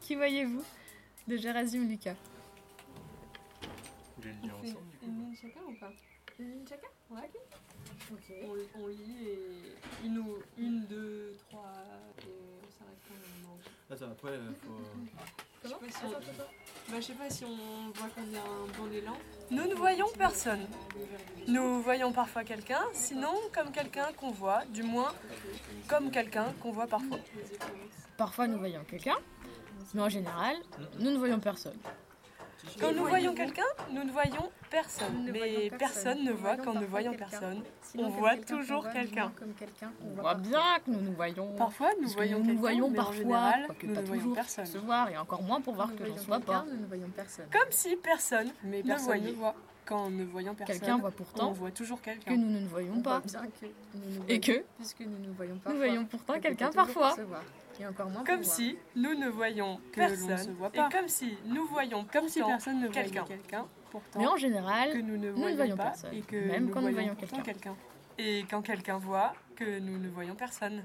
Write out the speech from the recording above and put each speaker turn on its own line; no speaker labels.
Qui voyez-vous de Gérasium Lucas
Vous voulez
On
le lire
fait
ensemble
une ligne chacun ou pas
Une ligne chacun
Ouais.
Ok.
On, on lit et une, ou- une, deux, trois, et on s'arrête quand on en-
Attends, après, euh, faut.
Je sais pas si
Attends,
on-
attends, attends.
Bah, je sais pas si on voit qu'on est un bon élan.
Nous ne voyons personne. Nous voyons parfois quelqu'un, sinon comme quelqu'un qu'on voit, du moins comme quelqu'un qu'on voit parfois.
Parfois nous voyons quelqu'un, mais en général, nous ne voyons personne.
Quand nous
voyons
voyons quelqu'un, nous ne voyons
Nous
personne.
ne
Mais
voyons
personne ne
Nous
voit
voyons
quand nous
parfois
voyons
quelqu'un.
personne.
Sinon,
On
comme
voit
quelqu'un
toujours
qu'on voit,
quelqu'un.
nous, Comme quelqu'un qu'on
On
voit
voit
partout.
bien que nous nous voyons.
Parfois nous
Parce que
voyons
nous
quelqu'un,
voyons
mais en
parfois,
général,
quoique
nous
pas
ne voyons
toujours,
personne.
se voir et encore moins pour voir
Nous
que l'on
voyons
soit
quelqu'un,
pas.
Nous ne voyons personne.
Comme si personne
Mais
ne voyait. Quand nous voyons
Quelqu'un
personne,
voit
on
pourtant
voit toujours
que
quelqu'un.
nous ne nous voyons
On
pas.
voit bien que nous nous
Et
voyons-
que
puisque nous ne voyons pas.
nous voyons pourtant quelqu'un parfois.
Et encore moins
Comme
pour voir.
si nous ne voyons
Que l'on ne
personne.
se voit
et
pas.
comme si nous voyons
Comme si
pourtant
personne ne voyait
quelqu'un.
quelqu'un. pourtant,
Mais en
que
général,
nous ne
ne
voyons,
voyons
pas
personne,
et que
même
nous
quand nous
voyons
voyons
pourtant
quelqu'un.
Et quand quelqu'un voit, que nous ne voyons personne.